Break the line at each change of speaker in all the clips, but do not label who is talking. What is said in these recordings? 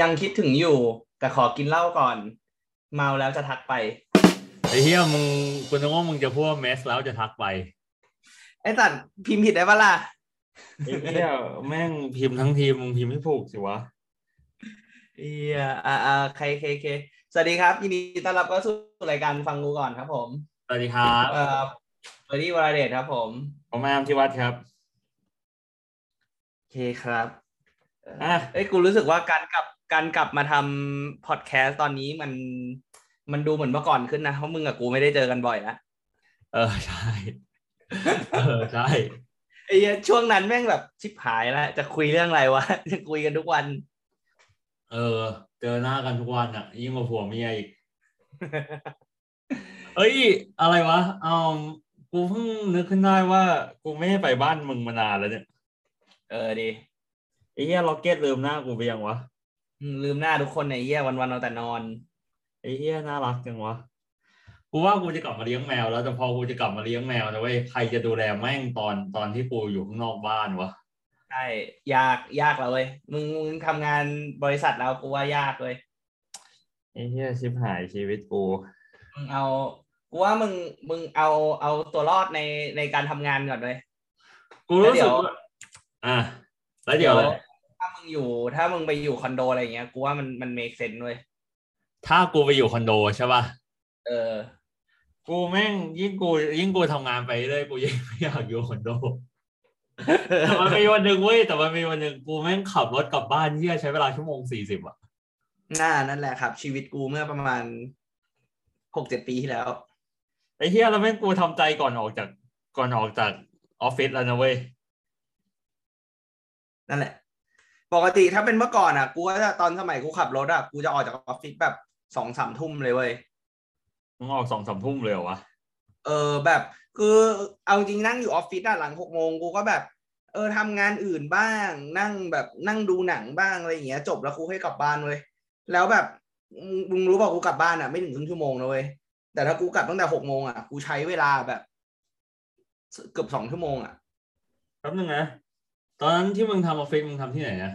ยังคิดถึงอยู่ แต่ขอกินเหล้าก่อน เมาแล้วจะทักไป
ไอ้เฮียมึงคุณต้องว่ามึงจะพูดว่าเมสแล้วจะทักไป
ไอ้สัตว์พิมพ์ผิดได้ปะล่ะ
ไอ้เหี้ยแม่งพิมพ์ทั้งทีมมึงพิมพ์ไม่ถูกสิวะ
เอียอ่าอ่าใครเคเค สวัสดีครับ ยินดีต้อนรับเข้าสู่รายการฟังกูก่อนครับผม
สวัสดีครับ
เอ่อเบอร์ดี้วราเดชครับผม
ผมอามที่วัดครับ
โอเคครับ
อ่ะ
เอ้ยกูรู้สึกว่าการกลับการกลับมาทำพอดแคสต์ตอนนี้มัน มันดูเหมือนเมื่อก่อนขึ้นนะ เพราะมึงกับกูไม่ได้เจอกันบ่อยนะ
เออใช่เออใช่
ไอ้เหี้ยช่วงนั้นแม่งแบบชิบหายแล้ว จะคุยเรื่องอะไร วะ จะคุยกันทุกวัน
เออ เจอหน้ากันทุกวันอ่ะ ยิ่งกว่าผัวเมียอีกเอ้ย
อะไรวะเอากูเพิ่งนึกขึ้นได้ว่า กูไม่ได้ไปบ้านมึงมานานแล้วเนี่ย
เออดี
ไอ้เหี้ยล็อกเก็ตลืมหน้ากูไปยังวะ
ลืมหน้าทุกคนในเหี้ยวันวันๆเอาแต่นอน
ไอ้เหี้ยน่ารักจังวะ
กูว่ากูจะกลับมาเลี้ยงแมวแล้วแต่พอกูจะกลับมาเลี้ยงแมวนะเว้ยใครจะดูแลแม่งตอนตอนที่กูอยู่ข้างนอกบ้านวะ
ใช่ยากยากแล้วเว้ยมึงมึงทำงานบริษัทแล้วกูว่ายากเลย
ไอ้เหี้ยชิบหายชีวิตกู
มึงเอากูว่ามึงมึงเอาเอาตัวรอดในในการทำงานก่อนเลย
กูรู้
แล้ว
สึก
เดี๋ยว
ว่าอ่ะแล้วเดี๋ยว
ถ้ามึงอยู่ถ้ามึงไปอยู่คอนโดอะไรอย่างเงี้ยกูว่ามันมันเมคเซนด้วย
ถ้ากูไปอยู่คอนโดใช่ป่ะ
เอ อ
กูแม่งยิ่งกูยิ่งกูทำงานไปเรื่อยกูยิ่งไม่อยากอยู่คอนโดแต่มันมีวันหนึ่งเว้ยแต่มันมีวันหนึ่งกูแม่งขับรถกลับบ้านเยี่ยใช้เวลาชั่วโมงสี่สิบอะ
น่านั่นแหละครับ ชีวิตกูเมื่อประมาณหกเจ็ดปีที่แล้ว
ไอ้เหี้ยแล้วแม่งกูทำใจก่อนออกจากก่อนออกจากออฟฟิศแล้วนะเว้ย
นั่นแหละ ปกติถ้าเป็นเมื่อก่อนอ่ะ กูก็จะตอนสมัยกูขับรถอ่ะกูจะออกจากออฟฟิศแบบสองสามทุ่มเลยเว้ย
มึงออกสองสามทุ่มเลยเหรอวะ
เออแบบคือเอาจริงนั่งอยู่ออฟฟิศอะหลังหกโมงกูก็แบบ เออทำงานอื่นบ้าง นั่งแบบนั่งดูหนังบ้างอะไรอย่างเงี้ย จบแล้วกูให้กลับบ้านเว้ยแล้วแบบมึงมึงรู้ป่ะกูกลับบ้านอะไม่ถึงครึ่งชั่วโมงนะเว้ยแต่ถ้ากูกลับตั้งแต่หกโมงอะกูใช้เวลาแบบเกือบสองชั่วโมงอะ
แป๊บนึงนะตอนนั้นที่มึงทำออฟฟิศมึงทำที่ไหนนะ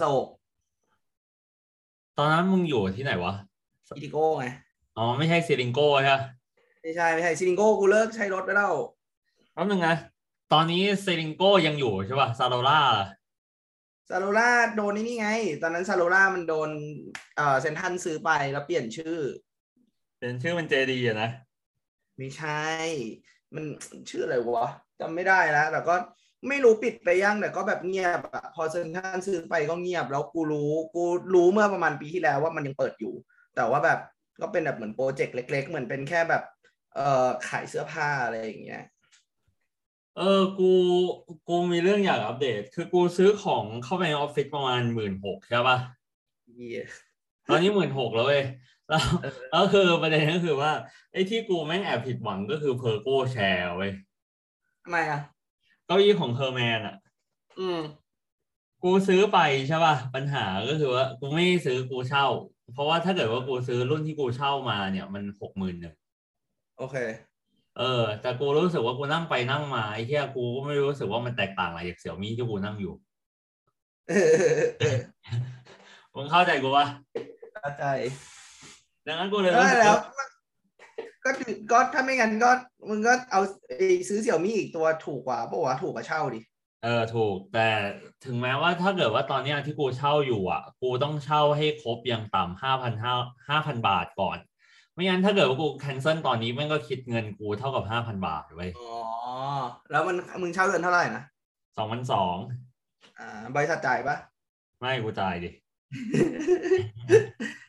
โศก
ตอนนั้นมึงอยู่ที่ไหนวะ
อีติโก้ไง
อ๋อไม่ใช่ซิลิงโก้ใช่ปะ
ไม่ใช่ไม่ใช่ซิลิงโก้กูเลิกใช้รถไปแล้ว
แป๊บนึงนะ
ตอนนี้ซิลิงโก้ยังอยู่ใช่ป่ะซาโลล่า
ซาโลล่าโดนไอ้นี่ไง ตอนนั้นซาโลล่ามันโดนเอ่อเซนทรันซื้อไปแล้วเปลี่ยนชื่อ
เป็นชื่อเป็นเจดีอะนะ
ไม่ใช่ มันชื่ออะไรวะจำไม่ได้แล้วแต่ก็ไม่รู้ปิดไปยังแต่ก็แบบเงียบอะพอเซนทรันซื้อไปก็เงียบ แล้วกูรู้ กูรู้เมื่อประมาณปีที่แล้วว่ามันยังเปิดอยู่ แต่ว่าแบบก็เป็นแบบเหมือนโปรเจกต์เล็ก ๆ เหมือนเป็นแค่แบบ เอ่อขายเสื้อผ้าอะไรอย่างเงี้ย
เออกูกูมีเรื่องอยากอัปเดต คือกูซื้อของเข้าไปในออฟฟิศประมาณหมื่นหกใช่ป่ะ ตอนนี้หมื่นหกแล้วเว้ยแล้ว
เออ
แล้วคือประเด็นก็คือว่าไอ้ที่กูแม่งแอบผิดหวังก็คือเพอร์โกแชร์เว้ย
ทำไมอ่ะ
เก้าอี้ของเฮอร์แมนอ่ะ
อืม
กูซื้อไปใช่ป่ะ ปัญหาก็คือว่า กูไม่ซื้อกูเช่า เพราะว่าถ้าเกิดว่ากูซื้อรุ่นที่กูเช่ามาเนี่ยมันหกหมื่นหนึ่ง
โอเค
เออ แต่กูรู้สึกว่ากูนั่งไปนั่งมาไอ้เหี้ยกูก็ไม่รู้สึกว่ามันแตกต่างอะไรจากเสี่ยมี่ที่กูนั่งอยู่มึงเข้าใจกูปะ
เข้าใจ
ดังนั้นกูเลย
ก็
รู้สึก
แล้ว
ว่า
ก็ถือก็ถ้าไม่งั้นก็มึงก็เอาไอ้ซื้อเสี่ยมี่อีกตัวถูกกว่าปะวะถูกกว่าเช่าดิ
เออถูก แต่ถึงแม้ว่าถ้าเกิดว่าตอนเนี้ยที่กูเช่าอยู่อ่ะ กูต้องเช่าให้ครบอย่างต่ำห้าพันห้าห้าพันบาทก่อน ไม่งั้นถ้าเกิดว่ากูแคนเซิลตอนนี้แม่งก็คิดเงินกูเท่ากับห้าพันบาทเว้ย
อ๋อ แล้วมันมึงเช่าเดือนเท่าไหร่นะ
สองพันสอง
อ่า บริษัทจ่ายปะ
ไม่กูจ่ายดิ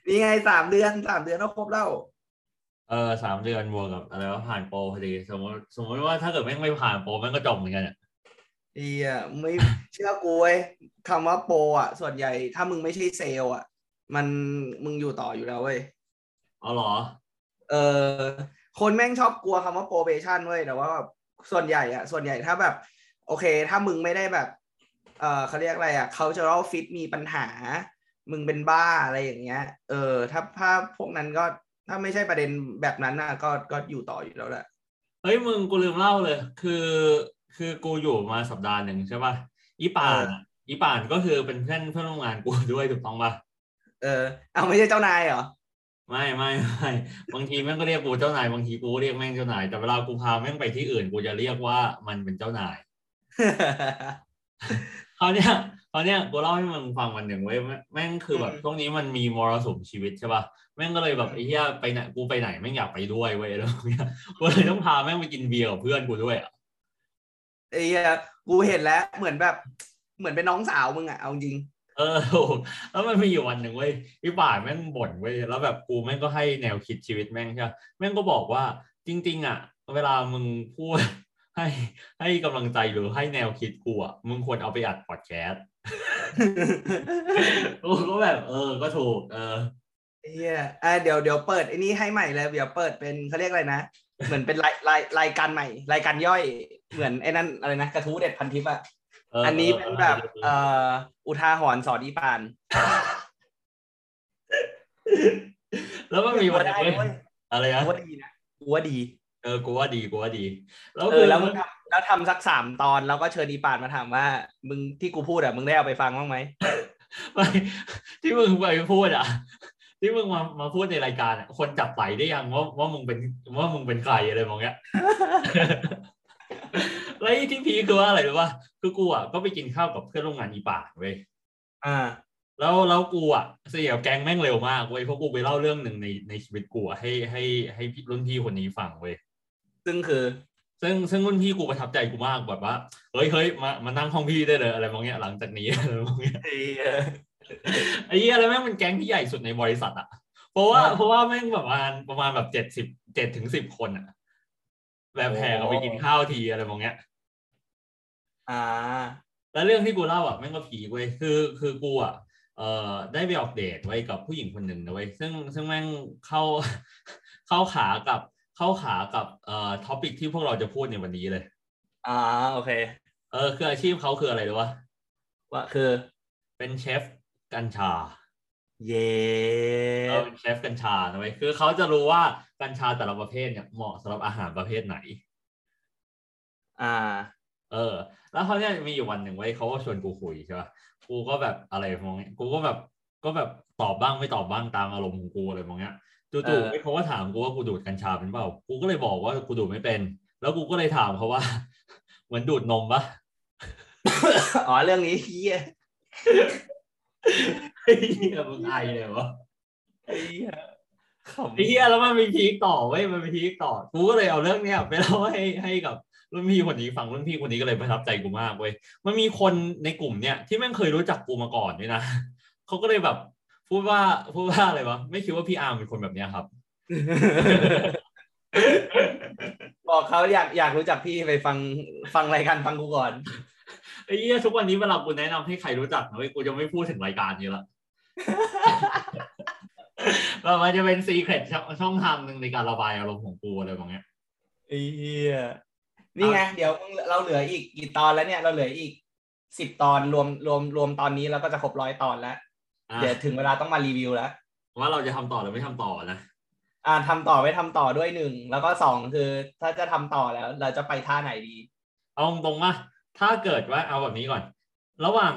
นี่ไงสามเดือนสามเดือนก็ครบแล้ว
เออสามเดือนบวกกับอะไรว่าผ่านโปรพอดี สมมติสมมติว่าถ้าเกิดแม่งไม่ผ่านโปรแม่งก็จบเหมือนกันอะ
ดีอ่ะไม่ เชื่อกูเว้ยคำว่าโปรอ่ะ ส่วนใหญ่ถ้ามึงไม่ใช่เซลล์อ่ะ มันมึงอยู่ต่ออยู่แล้วเว้ย
เอาเหรอ
เออคนแม่งชอบกลัวคำว่าโปรเบชั่นเว้ยแต่ว่าแบบส่วนใหญ่อะส่วนใหญ่ถ้าแบบ โอเค ถ้ามึงไม่ได้แบบ เออเขาเรียกอะไรอะเขาจะรอฟิตมีปัญหา มึงเป็นบ้าอะไรอย่างเงี้ย เออ ถ้าถ้าพวกนั้นก็ถ้าไม่ใช่ประเด็นแบบนั้นน่ะก็ก็อยู่ต่ออยู่แล้วแหละ
เฮ้ยมึงกูลืมเล่าเลย คือ คือกูอยู่มาสัปดาห์หนึ่งใช่ป่ะอีป่านอะอี อีป่านก็คือเป็นเพื่อนเพื่อนร่วมงานกูด้วยถูกต้องปะ
เออเอาไม่ใช่เจ้านายเหรอ
ไม่ไม่ไม่บางทีแม่งก็เรียกกูเจ้านายบางทีกูก็เรียกแม่งเจ้านายแต่เวลากูพาแม่งไปที่อื่นกูจะเรียกว่ามันเป็นเจ้านาย คราวเนี้ยคราวเนี้ยกูเล่าให้มึงฟังวันหนึ่งเว้ยแม่แม่งคือแบบ
อืม
ช่วงนี้มันมีมรสุมชีวิตใช่ป่ะแม่งก็เลยแบบไอ้เหี้ยไปไหนกูไปไหนแม่งอยากไปด้วยเว้ยแล้วเนี่ยกูเลยต้องพาแม่งไปกินเบียร์กับเพื่อนกูด้วยอ่ะ
ไอ้เหี้ยกูเห็นแล้วเหมือนแบบ เหมือนเป็นน้องสาวมึงอะเอาจริง
เออแล้วมันมีอยู่วันหนึ่งเว้ยพี่ป่านแม่งบ่นเว้ยแล้วแบบกูแม่งก็ให้แนวคิดชีวิตแม่งใช่ปะแม่งก็บอกว่าจริง ๆ อ่ะ เวลามึงพูด ให้ให้กำลังใจหรือให้แนวคิดกูอ่ะมึงควรเอาไปอัดพอดแคสต์ กูก็แบบ เออ ก็ถูก เออ
ไอ้เฮียอ่ะเดี๋ยวเดี๋ยวเปิดไอ้นี่ให้ใหม่เลยเดี๋ยวเปิดเป็นเขาเรียกอะไรนะ เหมือนเป็นรายรายรายการใหม่ รายการย่อย เหมือนไอ้นั่นอะไรนะกระทู้เด็ดพันทิปอ่ะ
เอั
อันนี้เป็นแบบเอ่ออุทาหรณ์สอนอีปาน
แล้วมันมีวันหนึ่ง
ได้
เว้
เว้
ย
ย
อะไรนะ
กูว่าดีนะกูว่าดี
เออกูว่าดีกูว่าดี แล้ว
เอ
คือ อ
แล้วมึงทำแล้วทำสักสามตอนแล้วก็เชิญอีปานมาถามว่า มึงที่กูพูดอ่ะมึงได้เอาไปฟังบ้างไหม
ไม่ที่มึงไปพูดอ่ะ ที่มึงมามาพูดในรายการอะคนจับไปได้ยังว่าว่ามึงเป็นว่ามึงเป็นใครอะไรมองเงี้ย แล้วไอ้ที่พีคคือว่าอะไรรู้ป่ะคือกูอ่ะก็ไปกินข้าวกับเพื่อนร่วมงานอีป่านเว้ย
อ่า
แล้วแล้วกูอ่ะเสี่ยวแกงแม่งเร็วมากเว้ยเพราะกูไปเล่าเรื่องหนึ่งในในชีวิตกูอะให้ให้ให้พี่รุ่นพี่คนนี้ฟังเว้ย
ซึ่งคือ
ซึ่งซึ่งรุ่นพี่กูประทับใจกูมากแบบว่าเฮ้ยเฮ้ยมามานั่งห้องพี่ได้เลยอะไรมองเงี้ยหลังจากนี้ อะไรมองเงี้ย
ไอ้เหี้ย
ไอ้เหี้ยอะไรแม่งเป็นแก๊งที่ใหญ่สุดในบริษัทอะเพราะว่า
อ่า
เพราะว่าแม่งประมาณประมาณแบบเจ็ดสิบเจ็ดถึงสิบคนอะแบบแห่กันไป
โอ้โห
กินข้าวทีอะไรมองเงี้ย
อ่า
แล้วเรื่องที่กูเล่าอ่ะแม่งก็ผีเว้ยคือคือกูอ่ะเอ่อได้ไปออกเดทไว้กับผู้หญิงคนหนึ่งนะเว้ยซึ่งซึ่งแม่งเข้า เข้าขากับเข้าขากับเอ่อท็อปิกที่พวกเราจะพูดในวันนี้เลย
อ่าโอเค
เออคืออาชีพเขาคืออะไรรู้ปะ
ว่าคือ
เป็นเชฟกัญชา
เย็
เออเป็นเชฟกัญชานะเว้ยคือเขาจะรู้ว่ากัญชาแต่ละประเภทเนี่ยเหมาะสำหรับอาหารประเภทไหน
อ่า
เออ แล้วเขาวเนี่ยมีอยู่วันหนึ่งไว้ยเขาก็ชวนกูคุยใช่ป่ะ กูก็แบบอะไรมองเงี้ยกูก็แบบก็แบบตอบบ้างไม่ตอบบ้างตามอารมณ์ของกูอะไรมองเงี้ย
เอ
จู่
อ
ๆเว้ยเขาก็ถามกูว่ากูดูดกัญชาเป็นเปล่า กูก็เลยบอกว่ากูดูดไม่เป็น แล้วกูก็เลยถามเขาว่า เหมือนดูดนมปะ
อ๋อเรื่องนี้เฮีย
ไอ้เหี้ยมึงไอเลยวะ
ไอ้เหี้ยขำ
ไอ้เหี้ยแล้วมันมีพีคต่อเว้ยมันมีพีคต่อกูก็เลยเอาเรื่องเนี้ยไปเล่าให้ให้กับรุ่นพี่คนนี้ฟังรุ่นพี่คนนี้ก็เลยประทับใจกูมากเว้ยมันมีคนในกลุ่มเนี่ยที่แม่งเคยรู้จักกูมาก่อนด้วยนะ เขาก็เลยแบบพูดว่าพูดว่าอะไรวะไม่คิดว่าพี่อาร์มเป็นคนแบบเนี้ยครับ
บอกเขาอยากอยากรู้จักพี่ไปฟังฟังรายการฟังกูก่อน
ไอ้เหี้ยทุกวันนี้เวลากูแนะนำให้ใครรู้จักนะเว้ยกูจะไม่พูดถึงรายการนี้ละ แบบมันจะเป็นซีเครตช่องทางหนึ่งในการระบายอารมณ์ของกูอะไรแบบเนี้ย
ไอ้เหี้ยนี่ไงเดี๋ยวมึงเราเหลืออีกกี่ตอนแล้วเนี่ย เราเหลืออีกสิบตอนรวมรวมรวมตอนนี้เราก็จะครบร้อยตอนแล้ว
อ่ะ
เดี๋ยวถึงเวลาต้องมารีวิวแล้ว
ว่าเราจะทำต่อหรือไม่ทำต่อนะ
อ่าทำต่อไม่ทำต่อด้วยหนึ่ง แล้วก็สองคือ ถ้าจะทำต่อแล้ว เราจะไปท่าไหนดี
เอาตรงๆว่าถ้าเกิดว่าเอาแบบนี้ก่อน ระหว่าง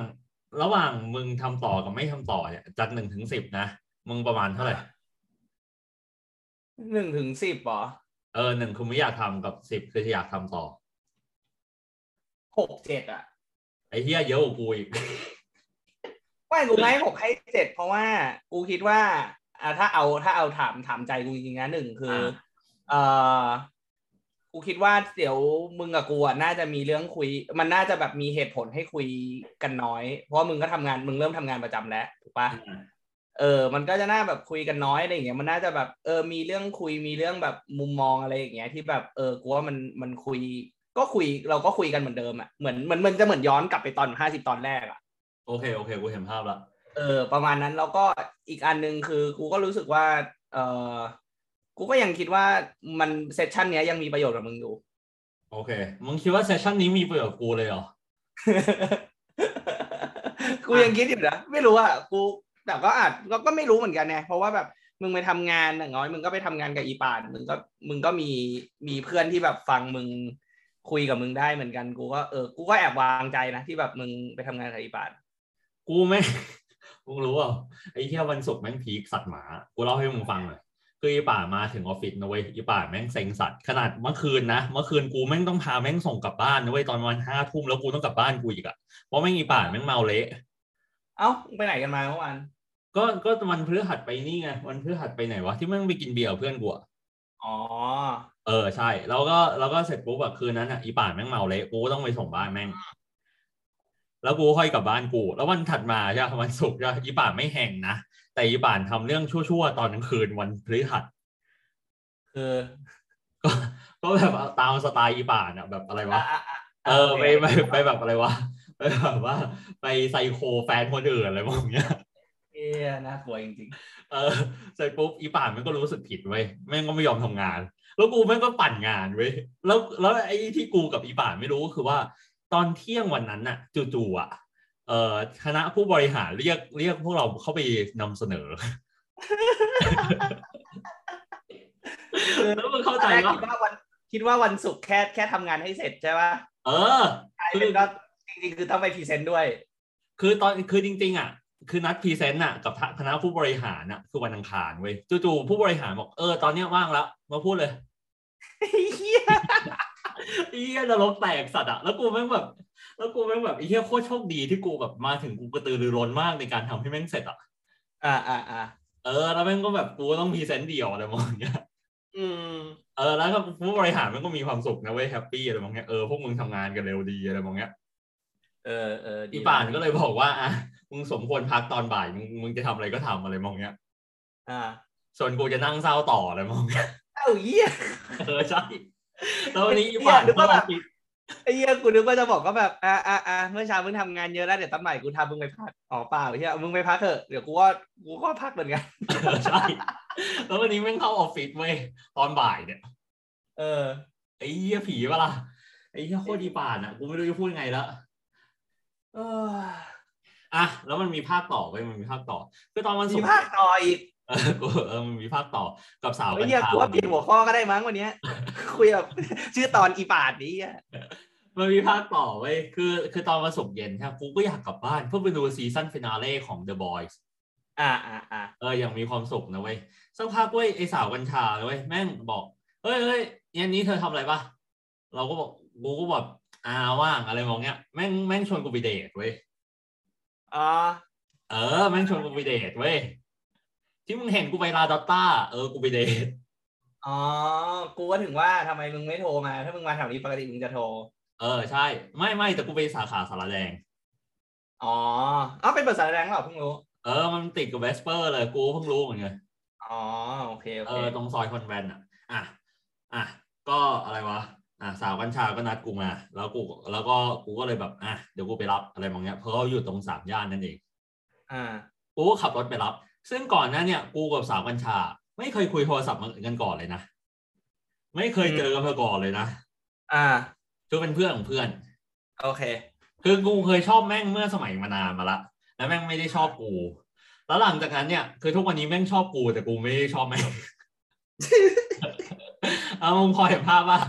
ระหว่างมึงทำต่อกับไม่ทำต่อเนี่ยจากหนึ่งถึงสิบนะมึงประมาณเท่าไหร่
หนึ่งถึงสิบหรอ
เออหนึ่งคือไม่อยากทำกับสิบคืออยากทำต่อ
หกเจ็ดอ่ะ
ไอ้เฮียเยอะกว่ากูอีก
ไม่กูไม่หกให้เจ็ดเพราะว่ากูคิดว่าอ่าถ้าเอาถ้าเอาถามถามใจกูจริงๆนะหนึ่งคือ
อ่า
เอ่อกูคิดว่าเดี๋ยวมึงกับกูอ่ะน่าจะมีเรื่องคุย มันน่าจะแบบมีเหตุผลให้คุยกันน้อย เพราะว่ามึงก็ทำงานมึงเริ่มทำงานประจำแล้วถูกปะเออ มันก็จะน่าแบบคุยกันน้อยอะไรอย่างเงี้ยมันน่าจะแบบเออมีเรื่องคุยมีเรื่องแบบมุมมองอะไรอย่างเงี้ยที่แบบเออกูว่ามันมันคุย ก็คุยเราก็คุยกันเหมือนเดิมอ่ะเหมือนเหมือนมันจะเหมือนย้อนกลับไปตอนห้าสิบตอนแรกอ่ะ
โอเคโอเคกูเห็นภาพละ
เออประมาณนั้นแล้วก็อีกอันหนึ่งคือกูก็รู้สึกว่า เออกูก็ยังคิดว่ามันเซสชันเนี้ยยังมีประโยชน์กับมึงอยู่
โอเค มึงคิดว่าเซสชันนี้มีประโยชน์กับกูเลยเหรอ
กูยังคิดอยู่นะไม่รู้อ่ะกูแต่ก็อาจก็ก็ไม่รู้เหมือนกันไงเพราะว่าแบบมึงไปทำงานอย่างน้อยมึงก็ไปทำงานกับอีปานมึงก็มึงก็มีมีเพื่อนที่แบบฟังมึงคุยกับมึงได้เหมือนกัน กูก็เออกูก็แอบวางใจนะที่แบบมึงไปทำงานกับอีปาน
กูไม่ มึงรู้เปล่าไอ้เที่ยวันศุกร์แม่งพีคสัตว์หมา กูเล่าให้มึงฟังหน่อยคืออีป่ามาถึงออฟฟิศนะเว้ยอีป่าแม่งเซ็งสัตว์ขนาดเมื่อคืนนะเมื่อคืนกูแม่งต้องพาแม่งส่งกลับบ้านนะเว้ยตอนวันห้าทุ่มแล้วกูต้องกลับบ้านกูอีกอะเพราะแม่งอีป่าแม่งเมาเละ
เอ้าไปไหนกันมาเมื่อวาน
ก็ก็วันพฤหัสไปนี่ไงวันพฤหัสไปไหนวะที่แม่งไปกินเบียร์กับเพื่อนกูอะ
อ๋อ
เออใช่แล้วก็แล้วก็เสร็จปุ๊บแบบคืนนั้นอ่ะอีป่านแม่งเมาเละกูก็ต้องไปส่งบ้านแม่ง แล้วกูก็ค่อยกลับบ้านกู แล้ววันถัดมาใช่ปะวันศุกร์ใช่ปะอีป่านไม่แห่งนะแต่อีป่านทำเรื่องชั่วๆตอนกลางคืนวันพฤหัส
คือ
ก็ก็แบบเอาตามสไตล์อีป่านอ่ะแบบอะไรวะ
อ่ะะ
เออไปไปไปแบบอะไรวะไปแบบว่า ไปไซโคแฟนคนอื่นอะไรพวกเนี้ย
เอ้ยน่ากลัวจริง
เออเสร็จปุ๊บอีป่านมันก็รู้สึกผิดเว้ยแม่งก็ไม่ยอมทำงาน แล้วกูแม่งก็ปั่นงานเว้ยแล้วแล้วไอ้ที่กูกับอีป่านไม่รู้ก็คือว่า ตอนเที่ยงวันนั้นน่ะจู่ๆอ่ะเอ่อคณะผู้บริหารเรียกเรียกพวกเราเข้าไปนำเสนอ
ๆคือ
แล้วมึงเข้า
ต
ใจ
อนแรกคิดว่าวั
ว่า
นคิดว่าวันศุกร์แค่แค่ทำงานให้เสร็จใช่ปะ
เออ
ใช่เป็นก็จริงๆคือต้องไปพรีเซนต์ด้วย
คือตอนคือจริง ๆ อ่ะ คือนัดพรีเซนต์อ่ะกับคณะผู้บริหารอ่ะคือวันอังคารเว้ยจู่ๆผู้บริหารบอกเออตอนเนี้ยว่างแล้วมาพูดเลย
เฮีย
ไอ้เหี้ยนรกแตกสัตว์อะแล้วกูแม่งแบบ แล้วกูแม่งแบบไอ้เหี้ยโคตรโชคดีที่กูแบบมาถึงกูกระตือรือร้นมากในการทำให้แม่งเสร็จอะ
อ่าอ่าอ่า
เออแล้วแม่งก็แบบกูต้องพรีเซนต์เดี่ยวอะไรมองเงี้ย
อืม
เออแล้วก็ผู้บริหารมันก็มีความสุขนะเว้ยแฮปปี้อะไรมองเงี้ยเออพวกมึงทำงานกันเร็วดีอะไรมองเงี้ย
เออเออดี
อีป่านก็เลยบอกว่าอ่ะมึงสมควรพักตอนบ่ายมึงมึงจะทำอะไรก็ทำอะไรมองเงี้ย
อ่า
ส่วนกูจะนั่งเศร้าต่ออะไรมองเงี้ย
เอ้าเฮีย
เออใช่แล้ววันนี้อี
เนี่ย
ป่าน
นึกว่าแบบ
เข้ออฟฟิศ
ไอ้เฮียกูนึกว่าจะบอกก็แบบอ่าอ่าอ่าเมื่อเช้ามึงทำงานเยอะแล้วเดี๋ยวตอนใหม่กูทำมึงไปพักอ๋อเปล่าเฮียมึงไปพักเถอะเดี๋ยวกูก็กูก็พักเหมือนกัน
เออใช่แล้ววันนี้แม่งเข้าออฟฟิศเว้ยตอนบ่ายเนี่ย
เออ
ไอ้เหี้ยผีปะล่ะไอ้เหี้ยโคตรดีป่านอ่ะ กูไม่รู้จะพูดไงละเอออ่ะแล้วมันมีภาคต่อไปมันมีภาคต่อคือตอนวันศุ
มี
กร์
ภาคต่ออีก
เออกูเออมันมีภาคต่อกับสาวกั
ไอ้
น
เฮีย
ชา
กูว่าเปลี่ยนหัวข้อก็ได้มั้งวันเนี้ย คุยแบบชื่อตอนอีปาดนี้เหี้ย
มันมีภาคต่อเว้ยคือ คือตอนวันศุกร์เย็นใช่ปะกูก็อยากกลับบ้านเพื่อไปดูซีซั่นฟินาเล่ของ The Boys
อ่าอ่าอ่า
เอออย่างมีความสุขนะเว้ยสักพักเว้ยไอสาวกัญชาเว้ยแม่งบอกเฮ้ยเฮ้ยเย็นนี้เธอทำอะไรปะเราก็บอกกูก็แบบอ่าว่างอะไรมองเงี้ยแม่งแม่งชวนกูไปเดทเว้ย
อ๋อ
เออแม่งชวนกูไปเดทเว้ยที่มึงเห็นกูไปลาดอตต้าเออกูไปเดท
อ๋อกูก็ถึงว่าทำไมมึงไม่โทรมา ถ้ามึงมาแถวนี้ปกติมึงจะโทร
เออใช่ไม่ไม่แต่กูไปสาขาสารแดง
อ๋ออ๋อเป็นภาษาแรงเหรอเพิ่งรู้
เออมันติดกับเวสเปอร์เลยกูเพิ่งรู้เหมือนกัน
อ๋อโอเคโอ
เอ
เค
อตรงซอยคอนแวนต์อ่ะอ่ะอ่ะก็อะไรวะอ่ะสาวกัญชาก็นัดกูมา แล้วกูแล้วก็กูก็เลยแบบอ่ะเดี๋ยวกูไปรับอะไรมองเงี้ยเพราะเขาอยู่ตรงสามย่านนั่นเอง
อ่า
กูก็ขับรถไปรับ ซึ่งก่อนหน้าเนี่ยกูกับสาวกัญชา ไม่เคยคุยโทรศัพท์กันก่อนเลยนะไม่เคยเจอกันมาก่อนเลยนะ
อ่า
คือเป็นเพื่อนของเพื่อน
โอเค
คือกูเคยชอบแม่งเมื่อสมัยมานานมาละ แล้วแม่งไม่ได้ชอบกู แล้วหลังจากนั้นเนี่ย คือทุกวันนี้แม่งชอบกูแต่กูไม่ได้ชอบแม่ง เอามึงพอเห็นภาพป่ะ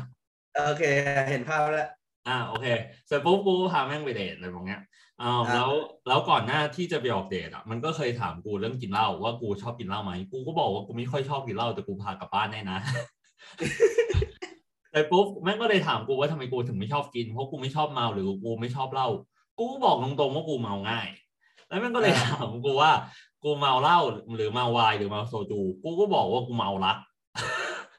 โอเค เห็นภาพแล้ว
อ่าโอเคเสร็จปุ๊บกูก็พาแม่งไปเดทอะไรแบบเนี้ยอ่า
อ่า
แล้วแล้วก่อนหน้าที่จะไปออกเดทอ่ะมันก็เคยถามกูเรื่องกินเหล้าว่ากูชอบกินเหล้าไหมกูก็บอกว่ากูไม่ค่อยชอบกินเหล้าแต่กูพากลับบ้านแน่นะ เสร็จปุ๊บแม่งก็เลยถามกูว่าทำไมกูถึงไม่ชอบกินเพราะกูไม่ชอบเมาหรือกูไม่ชอบเหล้ากูก็บอกตรงๆว่ากูเมาง่าย แล้วแม่งก็เลยถามกูว่า กูเมาเหล้าหรือเมาวายหรือเมาโซจูกูก็บอกว่ากูเมารัก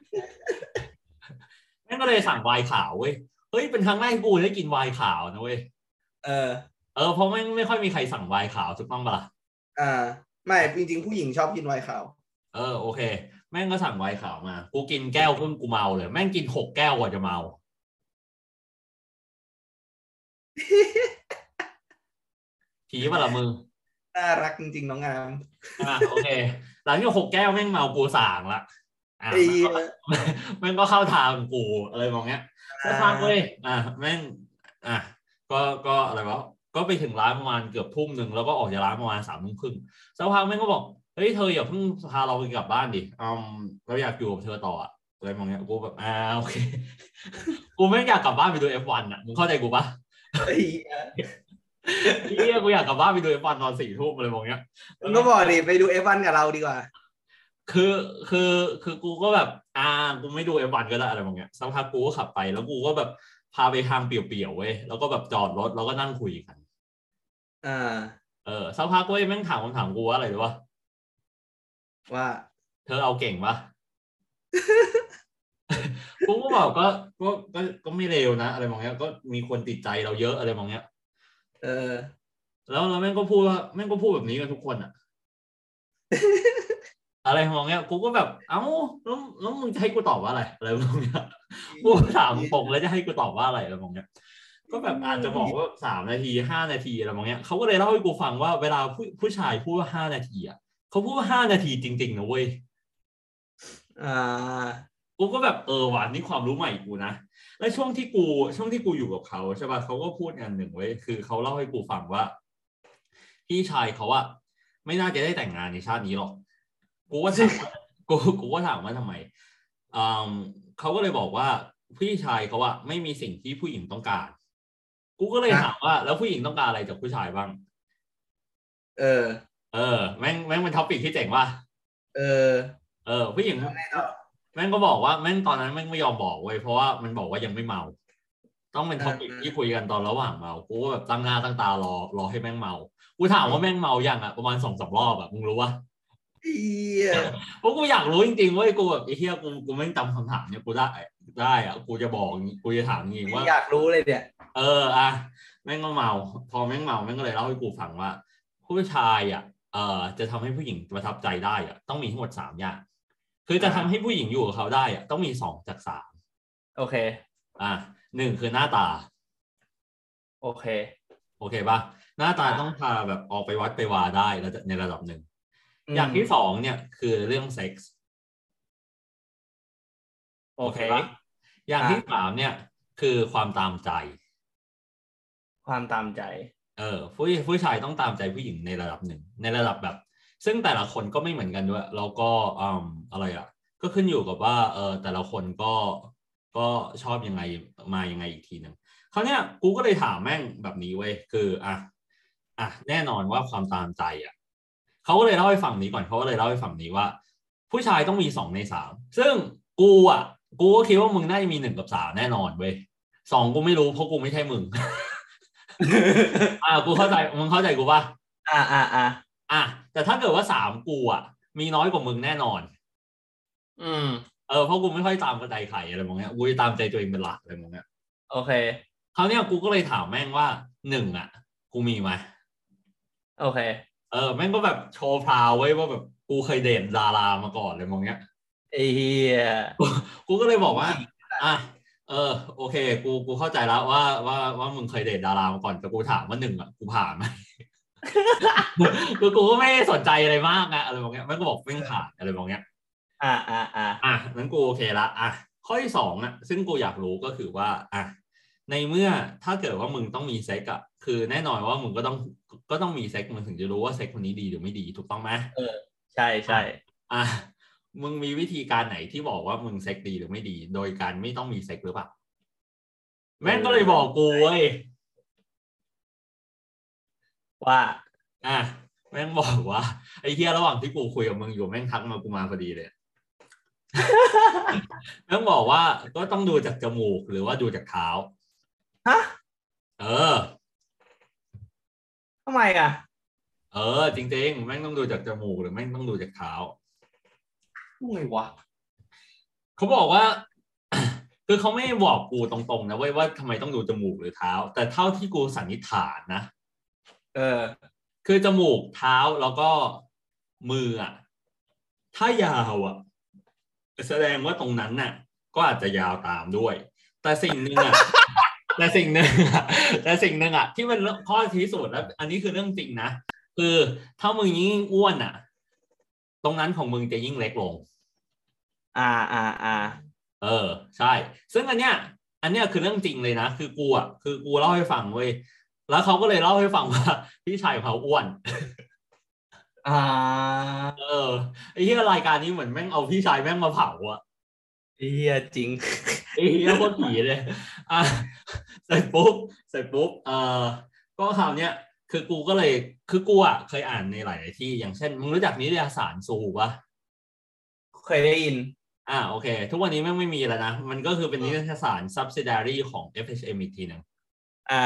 แม่งก็เลยสั่งไวน์ขาวเว้ย เฮ้ยเป็นครั้งแรกที่กูได้กินไวน์ขาวนะเว้ย
เออ
เออเพราะไม่งไม่ค่อยมีใครสั่งไวน์ขาวถูกต้องปะล่ะ
อ่า ไม่ จริงๆ ผู้หญิงชอบกินไวน์ขาว
เออโอเค แม่งก็สั่งไวน์ขาวมา กูกินแก้วเพิ่งกูเมาเลย แม่งกินหกแก้วกว่าจะเมา ผีปะล่ะมึง
น่ารักจริงๆ น้องอาม
อ่ะโอเค หลังจากหกแก้วแม่งเมากูสางละอ่ะ
ไอ้เหี้ย
แม่งก็ เข้าทางกูอะไรมองเงี้ย สักพักเว้ย อ่ะแม่ง อ่ะ ก็ ก็อะไรวะ ก็ไปถึงร้านประมาณเกือบทุ่มหนึ่งแล้วก็ออกจากร้านประมาณสามทุ่มครึ่งสักพักแม่งก็บอก เฮ้ยเธออย่าเพิ่งพาเราไปกลับบ้านดิอืมเราอยากอยู่กับเธอต่ออะอะไรมองเงี้ย กูแบบ อ่า โอเค กูแม่งอยากกลับบ้านไปดู F1 อ่ะ มึงเข้าใจกูปะ
ไอ้เหี้ย
เฮียกูอยากกลับบ้านไปดูไอ้บอลตอนสี่ทุ่มอะไรแบบเนี้ย
มึงก็บอกดิไปดูเอวันกับเราดีกว่า
คือคือคือกูก็แบบ อ่ากูไม่ดูเอวันก็ได้อะไรบางอย่างสักพักกูก็ขับไปแล้วกูก็แบบพาไปทางเปลี่ยวๆเว้ยแล้วก็แบบจอดรถแล้วก็นั่งคุยกัน
อ่า
เออสักพักเว้ยแม่งถามคำถามกูว่าอะไรรู้ป่ะ
ว่า
เธอเอาเก่งปะ กูก็บอกก็ก็ก็ก็ไม่เลวนะอะไรบางอย่างก็มีคนติดใจเราเยอะอะไรบางอย่าง
เออ
แล้วแล้วแม่งก็พูดว่าแม่งก็พูดแบบนี้กันทุกคนอะอะไรมองเนี้ยกูก็แบบเอ้าแล้วแล้วมึงจะให้กูตอบว่าอะไรอะไรมองเนี้ย กูถามผมแล้วจะให้กูตอบว่าอะไรอะไรมองเนี้ย ก็แบบอาจจะบอกว่าสามนาทีห้านาทีอะไรมองเนี้ยเขาก็เลยเล่าให้กูฟังว่าเวลาผู้ผู้ชายพูดว่าห้านาทีอ่ะเขาพูดว่าห้านาทีจริงๆนะเว้ย
อ่า
กูก็แบบเออว่ะนี่ความรู้ใหม่กูนะ แล้วช่วงที่กูช่วงที่กูอยู่กับเขาใช่ป่ะเขาก็พูดงานหนึ่งไว้ยคือเขาเล่าให้กูฟังว่า พี่ชายเขาอะไม่น่าจะได้แต่งงานในชาตินี้หรอก กูก็ถาม ว่ากูกูก็ถามว่าทำไมอืมเขาก็เลยบอกว่าพี่ชายเขาอะไม่มีสิ่งที่ผู้หญิงต้องการ กูก็เลย
นะ
ถามว่า แล้วผู้หญิงต้องการอะไรจากผู้ชายบ้าง
เออ
เออแม่งแม่งเป็นท็อปิกที่เจ๋งว่ะ
เออ
เออผู้หญิง
แน่นอน
แม่งก็บอกว่าแม่งตอนนั้นแม่งไม่ยอมบอกเว้ยเพราะว่ามันบอกว่ายังไม่เมา ต้องเป็นท็อปิก
อ่า
ที่คุยกันตอนระหว่างเมากูก็แบบตั้งหน้าตั้งตารอรอให้แม่งเมากูถามว่าแม่งเมายังอ่ะประมาณสองสามรอบอะมึงรู้ปะ
เหี้ย
เพราะกูอยากรู้จริงๆเว้ยกูแบบไอ้เหี้ยกูกูแม่งจำคำถามเนี่ยกูได้ได้อะกูจะบอกอย่างงี้กูจะถามจริงๆว่า
อยากรู้เลยเนี่ย
เอออะแม่งก็เมา พอแม่งเมาแม่งก็เลยเล่าให้กูฟังว่า ผู้ชายอ่ะเออจะทำให้ผู้หญิงประทับใจได้อ่ะต้องมีทั้งหมดสามอย่างคือจะทำให้ผู้หญิงอยู่กับเขาได้อ่ะต้องมีสองจากสาม
โอเค
อ่ะหนึ่งคือหน้าตา
โอเค
โอเคปะหน้าตา
อ่ะ
ต้องพาแบบออกไปวัดไปวาได้แล้วจะในระดับหนึ่ง อย่างที่สองเนี่ยคือเรื่องเซ็กส์
โอเค
ปะอย่าง
อ่ะ
ที่สามเนี่ย คือความตามใจ
ความตามใจ
เออผู้ผู้ชายต้องตามใจผู้หญิงในระดับหนึ่ง ในระดับแบบ ซึ่งแต่ละคนก็ไม่เหมือนกันด้วยแล้วก็อืมอะไรอ่ะ ก็ขึ้นอยู่กับว่า เออแต่ละคนก็ก็ชอบยังไงมายังไงอีกทีหนึ่งเขาวเนี้ยกูก็เลยถามแม่งแบบนี้เว้ยคืออ่ะอ่ะแน่นอนว่าความตามใจอ่ะเขาก็เลยเล่าให้ฝั่งนี้ก่อนเขาก็เลยเล่าให้ฝั่งนี้ว่า ผู้ชายต้องมีสองในสามซึ่งกูอ่ะ กูก็คิดว่ามึงน่าจะมีหนึ่งกับสามแน่นอนเว้ยสองกูไม่รู้เพราะกูไม่ใช่มึง อ่ากูเข้าใจมึงเข้าใจกูป่ะ
อ่าอ่าอ่า
อ่ะแต่ถ้าเกิดว่าสามกูอ่ะ มีน้อยกว่ามึงแน่นอน
อืม
เออเพราะกูไม่ค่อยตามกระใจใครอะไรมองเงี้ยกูจะตามใจตัวเองเป็นหลักอะไรมองเงี้ย
โอเค
คราวเนี้ยกูก็เลยถามแม่งว่าหนึ่งอ่ะ กูมีไหม
โอเค
เออแม่งก็แบบโชว์พราวไว้ยว่าแบบกูเคยเด่นดารามาก่อนอะไรมองเงี้ย
ไอ้เฮีย
กูก็เลยบอกว่า อ่ะเออ โอเค กูกูเข้าใจแล้วว่าว่าว่ามึงเคยเดทดารามาก่อนแต่กูถามว่าหนึ่งอ่ะกูผ่านไหม คือกูก็ไม่ได้สนใจอะไรมากนะอะไรแบอกเนี้ยแม่งก็บอกแม่งผ่านอะไรแบอกเนี้ย
อ่าอ่าอ่า
อ่ะนั้นกูโอเคละอ่ะข้อที่สองอ่ะ ซึ่งกูอยากรู้ก็คือว่าอ่ะในเมื่อถ้าเกิดว่ามึงต้องมีเซ็กอะคือแน่นอนว่ามึงก็ต้องก็ต้องมีเซ็กมึงถึงจะรู้ว่าเซ็กคนนี้ดีหรือไม่ดีถูกต้องไหม
ใช่ใช่
อ่ะมึงมีวิธีการไหนที่บอกว่ามึงเซ็กดีหรือไม่ดี โดยการไม่ต้องมีเซ็กหรือเปล่าแม่งก็เลยบอกกูเว้ย
ว่า
อ่ะแม่งบอกว่าไอ้เฮียระหว่างที่กูคุยกับมึงอยู่แม่งทักมากูมาพอดีเลย แม่งบอกว่าก็ต้องดูจากจมูกหรือว่าดูจากเท้า
ฮะ
เออ
ทำไมอ่ะ
เออ จริงๆ แม่งต้องดูจากจมูกหรือแม่งต้องดูจากเท้า
ไงวะ
เขาบอกว่า คือเขาไม่ได้บอกกูตรงๆ นะเว้ยว่าทำไมต้องดูจมูกหรือเท้า แต่เท่าที่กูสันนิษฐานนะ
เออ
คือจมูกเท้าแล้วก็มืออ่ะ ถ้ายาวอ่ะ แสดงว่าตรงนั้นน่ะ ก็อาจจะยาวตามด้วย แต่สิ่งหนึ่งอ่ะ แต่สิ่งหนึ่งอะแต่สิ่งหนึ่งอ่ะ ที่มันข้อที่สุดแล้ว อันนี้คือเรื่องจริงนะ คือถ้ามึงยิ่งอ้วนอ่ะ ตรงนั้นของมึงจะยิ่งเล็กลง
อ่าอ่าอ่า
เออ ใช่ ซึ่งอันเนี้ย อันเนี้ยคือเรื่องจริงเลยนะ คือกูอ่ะ คือกูเล่าให้ฟังเว้ย แล้วเขาก็เลยเล่าให้ฟังว่า พี่ชายของเขาอ้วน
อ่า
เออไอ้เหี้ยรายการนี้เหมือนแม่งเอาพี่ชายแม่งมาเผาอะ
ไอ้เฮียจริง
ไอ้เหี้ยโคตรผีเลยอ่ะเสร็จปุ๊บเสร็จปุ๊บเออ ก็คราวเนี้ยคือกูก็เลยคือกูอ่ะเคยอ่านในหลายๆที่ อย่างเช่นมึงรู้จักนิตยสารซูปะ
เคยได้ยิน
อ่าโอเค ทุกวันนี้แม่งไม่มีแล้วนะ มันก็คือเป็นนิตยสาร subsidiary ของ FHM อีกทีหนึง
อ่า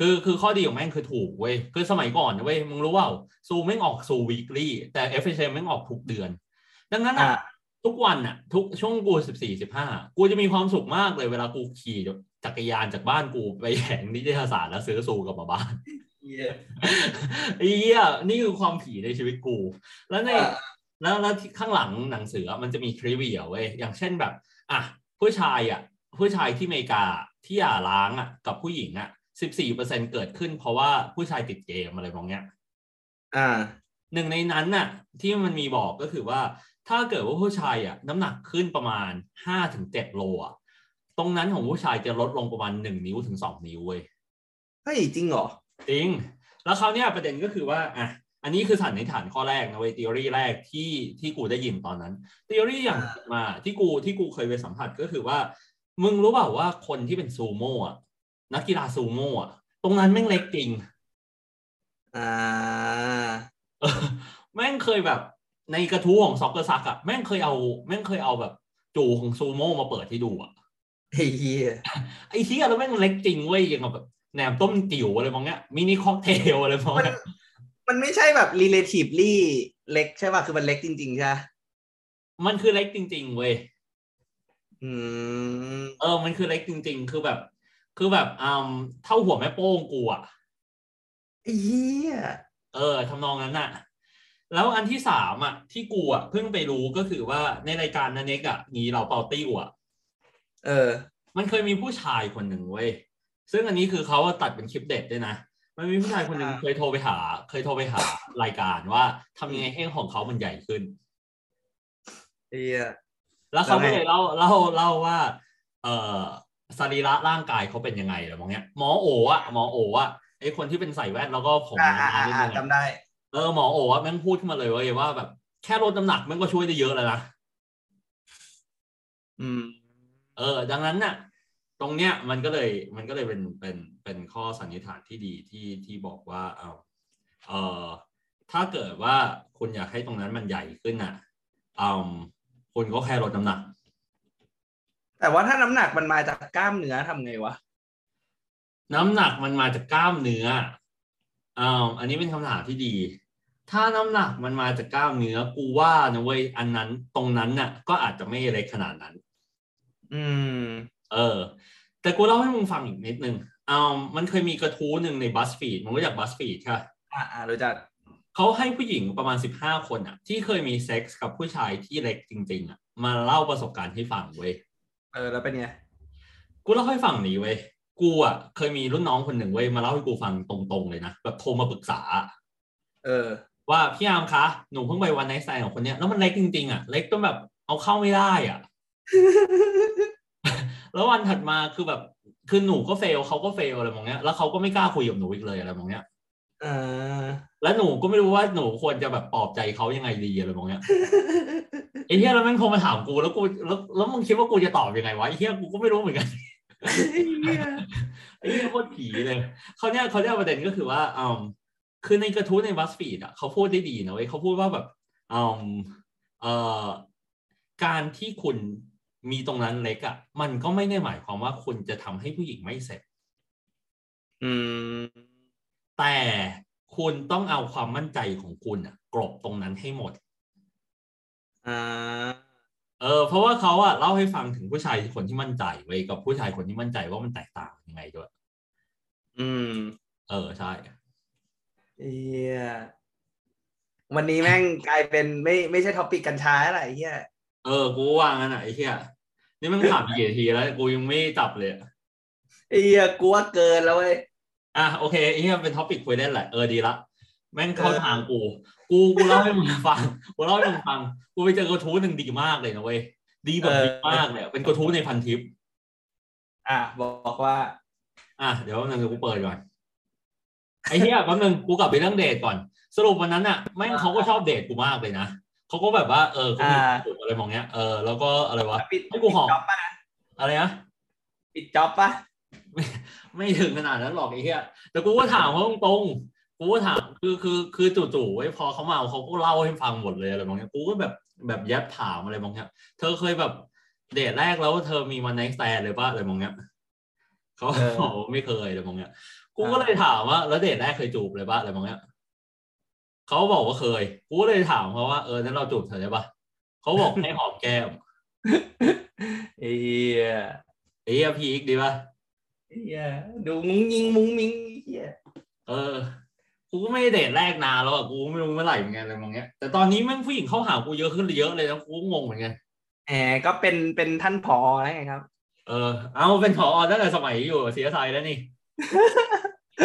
คือคือข้อดีของแม่งคือถูกเว้ยคือสมัยก่อนนะเว้ยมึงรู้เปล่าซูแม่งออกซูวีคลี่แต่ FHM แม่งออกทุกเดือน ดังนั้นอ่ะ
อ่า
ทุกวันอ่ะ ทุกช่วงกูสิบสี่สิบห้ากูจะมีความสุขมากเลยเวลากูขี่จักรยานจากบ้านกูไปแข่งนิตยสารแล้วซื้อซูกลับมาบ้าน ไอ้เหี้ยนี่คือความผีในชีวิตกู แล้วใน
อ่า
แล้วแล้วที่ข้างหลังหนังสืออะมันจะมีทริวิเว้ยอย่างเช่นแบบ อ่ะ ผู้ชายอ่ะ ผู้ชายที่อเมริกาที่หย่าร้างอ่ะ กับผู้หญิงอ่ะสิบสี่เปอร์เซ็นเกิดขึ้นเพราะว่าผู้ชายติดเกมอะไรมองเนี้ย
อ่า
หนึ่งในนั้นน่ะ ที่มันมีบอกก็คือว่า ถ้าเกิดว่าผู้ชายอ่ะ น้ำหนักขึ้นประมาณห้าถึงเจ็ดโลอ่ะตรงนั้นของผู้ชายจะลดลงประมาณหนึ่งนิ้วถึงสองนิ้วเว้ย
เฮ้ย จริงเหรอ
จริง แล้วคราวเนี้ยประเด็นก็คือว่าอ่ะอันนี้คือสันนิษฐานข้อแรกนะเว้ยทฤษฎีแรกที่ที่กูได้ยินตอนนั้นทฤษฎีอย่างมาที่กูที่กูเคยไปสัมผัสก็คือว่า มึงรู้เปล่าว่าคนที่เป็นซูโม่อะนักกีฬาซูโม่อะตรงนั้นแม่งเล็กจริง
อ่า
เออ แม่งเคยแบบในกระทู้ของซ็อกเกอร์ซักอะแม่งเคยเอาแม่งเคยเอาแบบจูของซูโม่มาเปิดที่ดูอะ
ไอ้เฮีย
ไอ้ที่เราแม่งเล็กจริงเว้ยอย่างกับแบบแหนมต้มติ๋วอะไรมองเงี้ยมินิค็อกเทลอะไรมอง
มัน
เงี้ย
มันไม่ใช่แบบ relatively เล็กใช่ป่ะ คือมันเล็กจริง ๆ ใช่ปะ
มันคือเล็กจริง ๆ เว้ย
อืม
เออ มันคือเล็กจริง ๆ คือแบบ คือแบบอืมเท่าหัวแม่โป้งกูอะ
ไอ้เฮีย
เออทำนองนั้นน่ะ แล้วอันที่สามอะที่กูอะเพิ่งไปรู้ก็คือว่าในรายการนันเน็กอะหนีเราเปาตี้อะ
เออ
มันเคยมีผู้ชายคนหนึ่งเว้ย ซึ่งอันนี้คือเขาอะตัดเป็นคลิปเด็ดด้วยนะ มันมีผู้ชายคนหนึ่ง
อ่า
เคยโทรไปหา เคยโทรไปหารายการว่าทำยังไงให้ของเขามันใหญ่ขึ้น
ไอ้เฮีย
แล้วเขา
แล้
ก็
วไง
เลยเล่าเล่าเล่าว่า เออสรีระร่างกายเขาเป็นยังไงอะไรมองเนี้ยหมอโออะหมอโออะไอคนที่เป็นใส่แว่นแล้วก็ผม
อ่าย
า
อ่าว
ๆนิด
อ่า
นึงอะ
จำได้
เออหมอโออะแม่งพูดขึ้นมาเลยเว้ยว่าแบบแค่ลดน้ำหนักแม่งก็ช่วยได้เยอะแล้วนะ
อืม
เออ ดังนั้นน่ะ ตรงเนี้ยมันก็เลยมันก็เลยเป็นเป็นเป็นข้อสันนิษฐานที่ดีที่ที่บอกว่าเอาเออถ้าเกิดว่าคุณอยากให้ตรงนั้นมันใหญ่ขึ้นอ่ะอืมคุณก็แค่ลดน้ำหนัก
แต่ว่าถ้าน้ำหนักมันมาจากกล้ามเนื้อทำไงวะ
น้ำหนักมันมาจากกล้ามเนื้ออ่าอันนี้เป็นคำถามที่ดี ถ้าน้ำหนักมันมาจากกล้ามเนื้อ กูว่านะเว้ย อันนั้น ตรงนั้นน่ะ ก็อาจจะไม่เล็กขนาดนั้น
อืม
เออ แต่กูเล่าให้มึงฟังอีกนิดนึงอ่ามันเคยมีกระทู้หนึ่งในบัสฟีดมึงรู้จักบัสฟีดค่ะ
อ่าอ่ารู้จัก
เขาให้ผู้หญิงประมาณสิบห้าคนอ่ะ ที่เคยมีเซ็กส์กับผู้ชายที่เล็กจริง ๆ อ่ะ มาเล่าประสบการณ์ให้ฟังเว้ย
เออ แล้วเป็นไง
กูเล่าให้ฟังนี้เว้ย กูอ่ะเคยมีรุ่นน้องคนหนึ่งเว้ยมาเล่าให้กูฟังตรงๆเลยนะแบบโทรมาปรึกษา
เออ
ว่าพี่อาร์มคะ หนูเพิ่งไปวันไนท์สไตล์ของคนเนี้ยแล้วมันเล็กจริงๆอ่ะ เล็กจนแบบเอาเข้าไม่ได้อ่ะ แล้ววันถัดมาคือแบบ คือหนูก็เฟลเขาก็เฟลอะไรมองเนี้ย แล้วเขาก็ไม่กล้าคุยกับหนูอีกเลยอะไรมองเนี้ย
เอ อ
แล้วหนูก็ไม่รู้ว่าหนูควรจะแบบปลอบใจเขายังไงดีอะไรมองเนี้ย ไอ้เหี้ยแล้วแม่งโทรมาถามกูแล้วกูแล้วแล้วมึงคิดว่ากูจะตอบยังไงวะไอ้เหี้ยกูก็ไม่รู้เหมือนกัน ไอ้เรื่องโคตรผีเลยเขาเนี่ยเขาเนี่ยประเด็นก็คือว่าอืมคือในกระทู้ในบัสฟีดอ่ะเขาพูดได้ดีนะเว้ยเขาพูดว่าแบบอืมเอ่อการที่คุณมีตรงนั้นเล็กอ่ะ มันก็ไม่ได้หมายความว่าคุณจะทำให้ผู้หญิงไม่เสร็จ
อืม
แต่คุณต้องเอาความมั่นใจของคุณอ่ะกลบตรงนั้นให้หมด
อ่า
เออเพราะว่าเขาอะเล่าให้ฟังถึงผู้ชายคนที่มั่นใจไว้ยกับผู้ชายคนที่มั่นใจว่ามันแตกต่างยังไงด้วย
อืม
เออใช่
เฮียวันนี้แม่งกลายเป็นไม่ไม่ใช่ท็อปิกกัญชาอะไรเฮีย
เออ กูว่างั้นอะไอ้เหี้ยนี่มันถามกี่นาทีแล้ว กูยังไม่จับเลยอะ
เฮียกูว่าเกินแล้วเว้ย
อ่ะโอเคไอ้เหี้ยเป็นท็อปิกคุยเล่นแหละ เออดีละ แม่งเข้าทางกู กูกูเล่าให้มึงฟัง กูเล่าให้มึงฟัง กูไปเจอกระทู้หนึ่งดีมากเลยนะเว้ย ดีแบบ
เออ
ดีมากเลยอะเป็นกระทู้ในพันทิป
อ่ะบอกว่า
อ่ะเดี๋ยวแป๊บนึงกูเปิดก่อน ไอ้เหี้ยแป๊บนึงกูกลับไปเรื่องเดทก่อน สรุปวันนั้นอ่ะแม่งเขาก็ชอบเดทกูมากเลยนะเขาก็แบบว่าเออเขามี
อ่า
ความสุขอะไรมองเงี้ย เออแล้วก็อะไรวะ
ปิด
ให้กูหอม
ปิดจ็อบป่ะนะ
อะไรนะ
ปิดจ็อบป่ะ
ไม่ถึงขนาดนั้นหรอกไอ้เหี้ยแต่กูก็ถามเขาตรงๆกูก็ถามคือคือคือจู่ๆไอ้พอเขามาเขาก็เล่าให้ฟังหมดเลยอะไรบางอย่างกูก็แบบแบบยัดถามอะไรบางอย่างเธอเคยแบบเดทแรกแล้วเธอมีวันไนท์แตนเลยป่ะอะไรบางอย่างเขา
เออ
บอกว่าไม่เคยอะไรบางอย่างกูก็เลยถามว่าแล้วเดทแรกเคยจูบเลยป่ะอะไรบางอย่างเขาบอกว่าเคย กูก็เลยถามเขาว่าเออนั้นเราจูบเธอได้ป่ะเขาบอกให้หอมแก้ม
เอีย
ไอ้เหี้ยพีคดีป่ะ
เอียดูมุ้งยิงมุ้งมิงเอีย
เออ กูก็ไม่ได้เดทแรกนานแล้วอะกูไม่รู้เมื่อไหร่เหมือนกันอะไรมองเงี้ย แต่ตอนนี้แม่งผู้หญิงเข้าหากูเยอะขึ้นเยอะเลยนะกูก็งงเหมือนกัน
แหมก็เป็นเป็นท่านผอแล้วไงครับ
เออ เอาเป็นผอตั้งแต่สมัยอยู่เสียสายแล้วนี่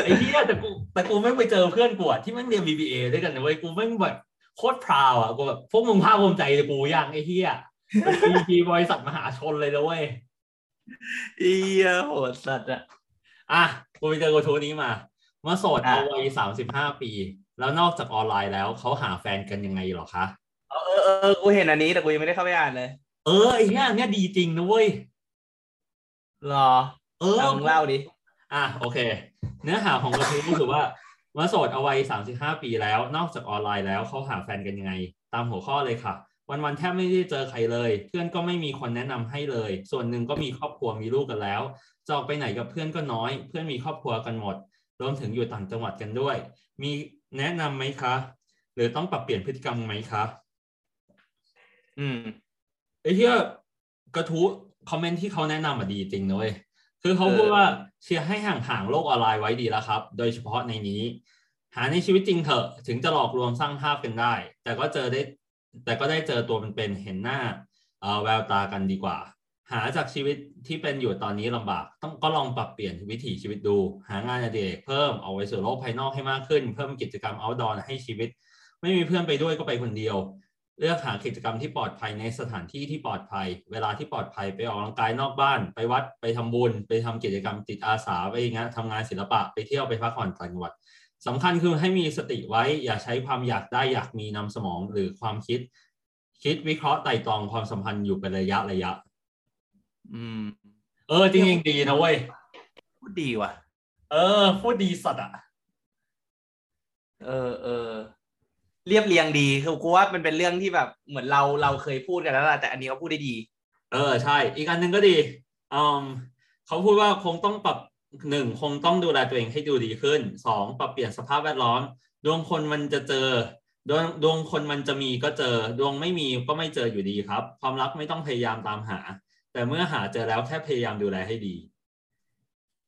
ไอ้เหี้ยแต่กูแต่กูไม่งไปเจอเพื่อนกูอะที่แม่งเรียน BBA ด้วยกันนะเว้ยกูแม่งแบบโคตรพราวอะกูแบบพวกมึงภาคภูมิใจในกูยังไอ้เหี้ย เป็น BP บริษัทมหาชนเลยนะเว้ย
เอียโหดสัตว์อะ
อ่ะกูไปเจอกูทูนี้มาเมื่อโสด
อ่ะ
เอาวัยสามสิบห้าปี แล้วนอกจากออนไลน์แล้วเขาหาแฟนกันยังไงเหรอคะ
เออเออเออกูเห็นอันนี้แต่กูยังไม่ได้เข้าไปอ่านเลย
เออไอ้เนี้ยเนี้ยดีจริงนะเว้ย
รอ
เออ
เอามึงเล่าดิ
อ่ะโอเค เนื้อหาของกระทู้ก็คือว่าเมื่อโสดเอาวัยสามสิบห้าปีแล้ว นอกจากออนไลน์แล้วเขาหาแฟนกันยังไง ตามหัวข้อเลยค่ะ วันๆแทบไม่ได้เจอใครเลย เพื่อนก็ไม่มีคนแนะนำให้เลย ส่วนหนึ่งก็มีครอบครัวมีลูกกันแล้วจะออกไปไหนกับเพื่อนก็น้อย เพื่อนมีครอบครัวกันหมด รวมถึงอยู่ต่างจังหวัดกันด้วย มีแนะนำไหมคะ หรือต้องปรับเปลี่ยนพฤติกรรมไหมคะ
อืม
ไอ้เที่ยกระทู้คอมเมนต์ที่เขาแนะนำอะดีจริงนะเว้ยคือเขา
เออ
พูดว่าเชียร์ให้ห่างๆโลกออนไลน์ไว้ดีแล้วครับ โดยเฉพาะในนี้ หาในชีวิตจริงเถอะ ถึงจะหลอกลวงสร้างภาพกันได้ แต่ก็เจอได้ แต่ก็ได้เจอตัวเป็นๆเห็นหน้าเอ่อแววตากันดีกว่า หาจากชีวิตที่เป็นอยู่ตอนนี้ลำบาก ต้องก็ลองปรับเปลี่ยนวิถีชีวิตดู หางานอดิเรกเพิ่มเอาไว้สู่โลกภายนอกให้มากขึ้น เพิ่มกิจกรรม outdoor ให้ชีวิต ไม่มีเพื่อนไปด้วยก็ไปคนเดียว เลือกหากิจกรรมที่ปลอดภัยในสถานที่ที่ปลอดภัย เวลาที่ปลอดภัยไปออกกำลังกายนอกบ้าน ไปวัดไปทำบุญ ไปทำกิจกรรมจิตอาสาไปงานทำงานศิลปะไปเที่ยวไปพักผ่อนต่างจังหวัดสำคัญคือให้มีสติไว้อย่าใช้ความอยากได้อยากมีนำสมองหรือความคิด คิดวิเคราะห์ไต่ตรองความสัมพันธ์อยู่เป็นระยะระยะ
อืม
เออจริงๆดีนะเว้ย
พูดดีว่ะ
เออพูดดีสัตว์อ่ะ
เออเออเรียบเรียงดีคือกูว่ามันเป็นเรื่องที่แบบเหมือนเราเราเคยพูดกันแล้วล่ะแต่อันนี้เขาพูดได้ดี
เออใช่ อีกอันหนึ่งก็ดีอืมเขาพูดว่าคงต้องปรับหนึ่งคงต้องดูแลตัวเองให้ดูดีขึ้นสองปรับเปลี่ยนสภาพแวดล้อม ดวงคนมันจะเจอ ดวงดวงคนมันจะมีก็เจอ ดวงไม่มีก็ไม่เจออยู่ดีครับ ความรักไม่ต้องพยายามตามหา แต่เมื่อหาเจอแล้วแค่พยายามดูแลให้ดี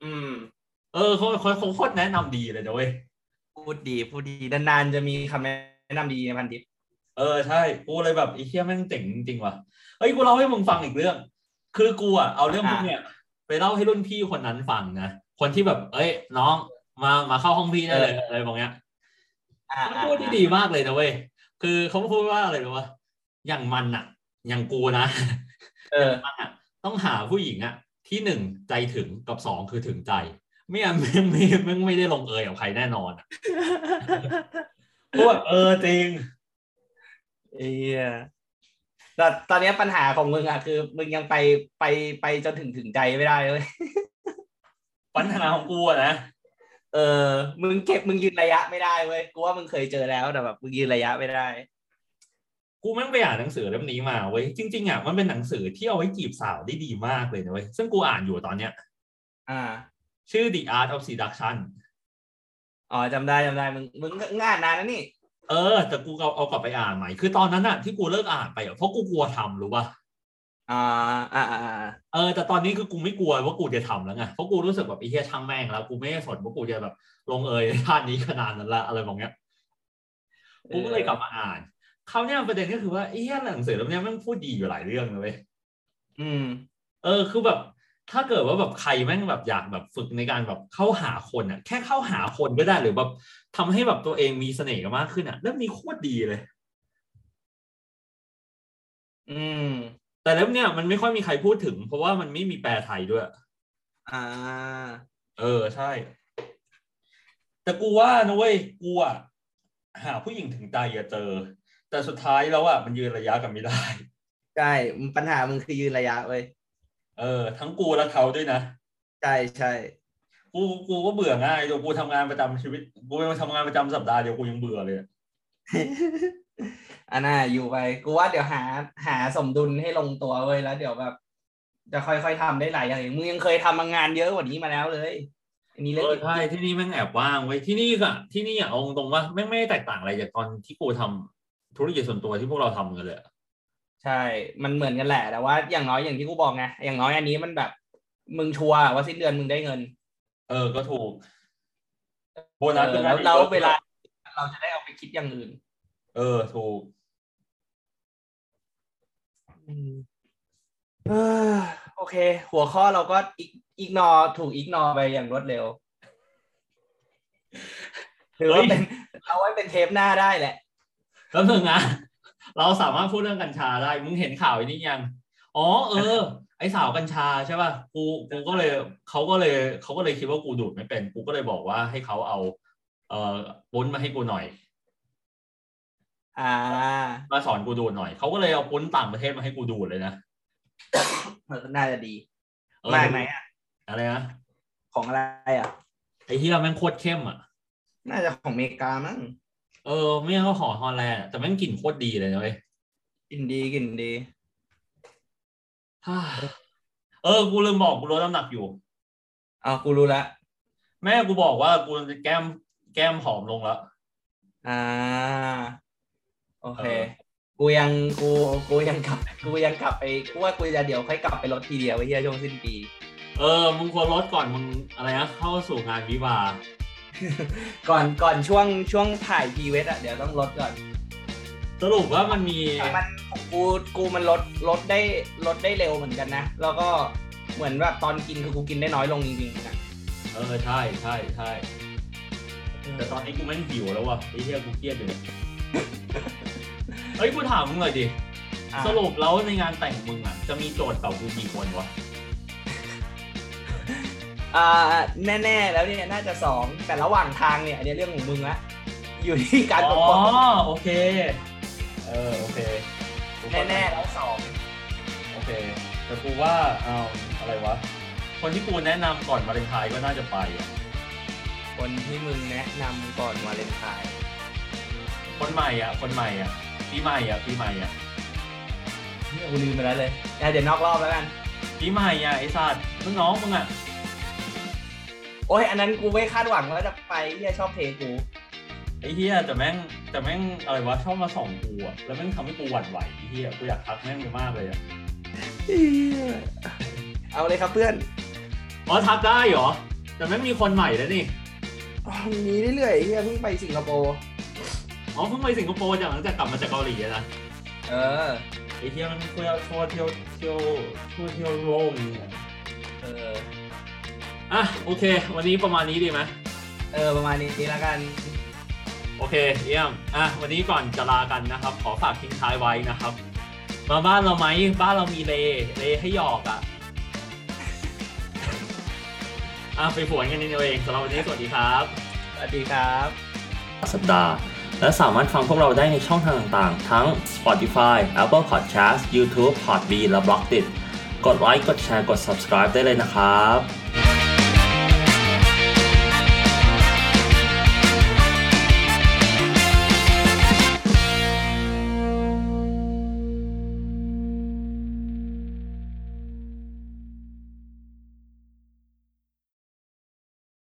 อืม
เออเขาเขาเขาโคตรแนะนำดีเลยนะเว้ย
พูดดีพูดดีนานๆจะมีคำแนะนำดีในพันทิป
เออใช่กูเลยแบบไอ้เหี้ยแม่งเจ๋งจริงว่ะเอ้ยกูเล่าให้มึงฟังอีกเรื่อง คือกูอ่ะเอาเรื่องพวกเนี้ยไปเล่าให้รุ่นพี่คนนั้นฟังนะคนที่แบบ เอ้ย น้องมามาเข้าห้องพี่ได้เลยอะไรแบบเนี้ย
อ่า
เขาพูดที่ดีมากเลยนะเว้ยคือเขาพูดว่าอะไรรู้ป่ะอย่างมันอ่ะ อย่างกูนะ
เออ
ต้องหาผู้หญิงอ่ะ ที่หนึ่งใจถึงกับสองคือถึงใจ ไม่งั้น ไม่ไม่ไม่ไม่ได้ลงเอยกับใครแน่นอนอะกูแบบเออจริง
เอียแต่ตอนเนี้ยปัญหาของมึงอะคือมึงยังไปไปไปจนถึงถึงใจไม่ได้เลย
ปัญหาของกูอะนะ
เออ มึงเก็บมึงยืนระยะไม่ได้เว้ย กูว่ามึงเคยเจอแล้วแต่แบบมึงยืนระยะไม่ได้
กูแม่งไปอ่านหนังสือเล่มนี้มาเว้ยจริงๆอ่ะมันเป็นหนังสือที่เอาไว้จีบสาวได้ดีมากเลยนะเว้ยซึ่งกูอ่านอยู่ตอนเนี้ย
อ่า
ชื่อ The Art of Seduction
อ๋อจำได้จำได้ มึงมึงมึงอ่านนานแล้วนี่
เออ แต่กูเอาเอากลับไปอ่านใหม่ คือตอนนั้นอ่ะที่กูเลิกอ่านไปอ่ะเพราะกูกลัวทำรู้ป่ะ
อ่าอ่าอ่าอ่า
เออแต่ตอนนี้คือกูไม่กลัวว่ากูจะทำแล้วไงเพราะกูรู้สึกแบบไอ้เหี้ยช่างแม่งแล้ว กูไม่ได้สนว่ากูจะแบบลงเอยในชาตินี้ขนาดนั้นละอะไรแบบเนี้ย กูก็เลยกลับมาอ่านคราวเนี้ยประเด็นก็คือว่าไอ้เหี้ยหนังสือเล่มเนี้ยแม่งพูดดีอยู่หลายเรื่องนะเลย
อืม
เออคือแบบถ้าเกิดว่าแบบใครแม่งแบบอยากแบบฝึกในการแบบเข้าหาคนอ่ะ แค่เข้าหาคนก็ได้หรือแบบทำให้แบบตัวเองมีเสน่ห์มากขึ้นอ่ะเล่มนี้โคตรดีเลย
อืม
แต่เล่มเนี้ยมันไม่ค่อยมีใครพูดถึง เพราะว่ามันไม่มีแปลไทยด้วย
อ่า
เออใช่ แต่กูว่านะเว้ยกูอ่ะหาผู้หญิงถึงใจอย่าเจอ แต่สุดท้ายแล้วอ่ะมันยืนระยะกันไม่ได้
ใช่ปัญหามึงคือยืนระยะเว้ย
เออ ทั้งกูและเขาด้วยนะ
ใช่ใช่
กูกูก็เบื่อง่ายเดี๋ยวกูทำงานประจำชีวิต กูยังทำงานประจำสัปดาห์เดียวกูยังเบื่อเลยอะ
อันน่ะอยู่ไปกูว่าเดี๋ยวหาหาสมดุลให้ลงตัวเว้ยแล้ว เดี๋ยวแบบ จะค่อยๆทำได้หลายอย่างมึงยังเคยทำงานเยอะกว่านี้มาแล้วเลยอันนี้เล็ก
เออใช่ที่นี่แม่งแอบว่างไว้ยที่นี่อะที่นี่อะเอาตรงๆว่าแม่งไม่ได้แตกต่างอะไรจากตอนที่กูทำธุรกิจส่วนตัวที่พวกเราทำกันเลยอะ
ใช่ มันเหมือนกันแหละแต่ว่าอย่างน้อยอย่างที่กูบอกไงอย่างน้อยอันนี้มันแบบ มึงชัวร์ว่าสิ้นเดือนมึงได้เงิน
เออ ก็ถูกโบ
เอ
นัส
อ
ป็น
แล้ว
อีก
เรา
ยอะ
เวลา เราจะได้เอาไปคิดอย่างอื่น
เออ ถูก
อืมเออโอเค หัวข้อเราก็อีกอีกนอถูกอีกนอไปอย่างรวดเร็วหรือว่าเป็นเอาไว้เป็นเทปหน้าได้แหละ
แล้วหนึ่งนะ เราสามารถพูดเรื่องกัญชาได้ มึงเห็นข่าวไอ้นี้ยัง อ๋อเออ ไอสาวกัญชาใช่ป่ะ กูกูก็เลยเขาก็เลยเขาก็เลยคิดว่ากูดูดไม่เป็น กูก็เลยบอกว่าให้เขาเอา เอ่อปุ้นมาให้กูหน่อย
อ่า
มาสอนกูดูดหน่อย เขาก็เลยเอาปุ้นต่างประเทศมาให้กูดูดเลยนะ
เออน่าจะดี
เออ
มากไหนอ่ะ
อะไรนะ
ของอะไรอ่ะ
ไอเฮียแม่งโคตรเข้มอ่ะ
น่าจะของอเมริกามั้ง
เออ ไม่งั้นก็หอฮอลแลนด์อะแต่แม่งกลิ่นโคตรดีเลยนะเว้ย
กินดีกินดี
เออ กูลืมบอกกูลดน้ำหนักอยู่
เอากูรู้ละ
แม่กูบอกว่ากูจะแก้มแก้มหอมลงแล้ว
อ่า โอเค
เออ
กูยังกูกูยังกลับ กูยังกลับไปกูว่ากูจะเดี๋ยวค่อยกลับไปรถทีเดียวไว้เฮียช่วงสิ้นปี
เออ มึงควรลดก่อนมึงอะไรนะเข้าสู่งานวิวาห์
ก่อนก่อนช่วงช่วงถ่ายพีเวทอะเดี๋ยวต้องลดก่อน
สรุปว่ามันมี
แต่มันของกูกูมันลดลดได้ลดได้เร็วเหมือนกันนะ แล้วก็เหมือนแบบตอนกินคือกูกินได้น้อยลงจริงๆนะ
เออ ใช่ใช่ใช่แต่ตอนนี้กูแม่งหิวแล้วว่ะไอ้เหี้ยกูเครียดอยู่เนี่ย เฮ้ยกูถามมึงหน่อยดิ
อ่ะ
สรุปแล้วในงานแต่งมึงอ่ะ จะมีโจทย์เก่ากูกี่คนวะ
อ่าแน่ๆแล้วเนี่ยน่าจะสองแต่ระหว่างทางเนี่ยอันนี้เรื่องของมึงละอยู่ที่การป
อ๋
ก
อ
ป้อง
โอเค เออ โอเคกูเข้าใจ
แน่ๆแล้วสอง
โอเค แต่กูว่าเอาอะไรวะ คนที่กูแนะนำก่อนวาเลนไทน์ก็น่าจะไปอะ
คนที่มึงแนะนำก่อนวาเลนไทน์
คนใหม่อ่ะ คนใหม่อ่ะปีใหม่อ่ะปีใหม่อ่ะ
เนี่ยกูลืมไปแล้วเลยอ่ะเดี๋ยวนอกรอบแล้วกัน
ปีใหม่อ่ะไอ้สัตว์มึงน้องมึงอ่ะ
โอ้ยอันนั้นกูไม่คาดหวังว่าจะไปเฮียชอบเทกู
ไอ้เฮียแต่แม่งแต่แม่งอะไรวะชอบมาส่องกูอ่ะ แล้วแม่งทำให้กูหวั่นไหวไอ้เฮียกูอยากทักแม่งไปมากเลยอ่ะ
เอาเลยครับเพื่อน
อ๋อทักได้เหรอ แต่แม่งมีคนใหม่แล้วนี่
อ๋อมีเรื่อยๆเฮียเพิ่งไปสิงคโปร์
อ๋อเพิ่งไปสิงคโปร์จากหลังจากกลับมาจากเกาหลีอะนะ
เออ
ไอ้เฮียมันเที่ยวทั่วเที่ยวเที่ยวทั่วเที่ยวโลกนี่อะ
เออ
อ่ะโอเค วันนี้ประมาณนี้ดีไหม
เออ ประมาณนี้นี้ละกัน
โอเคเยี่ยมอ่ะวันนี้ก่อนจะลากันนะครับ ขอฝากทิ้งท้ายไว้นะครับ มาบ้านเราไหมบ้านเรามีเลเลให้หยอกอ่ะ อ่ะไปฝวนกันนิดเดียวเองสำหรับวันนี้สวัสดีครับ
สวัสดีครับ
สัปดาห์ และสามารถฟังพวกเราได้ในช่องทางต่างๆ ทั้ง Spotify, Apple Podcast, YouTube, Podbean และ b l o g d i t กดไลค์กดแชร์กด subscribe ได้เลยนะครับ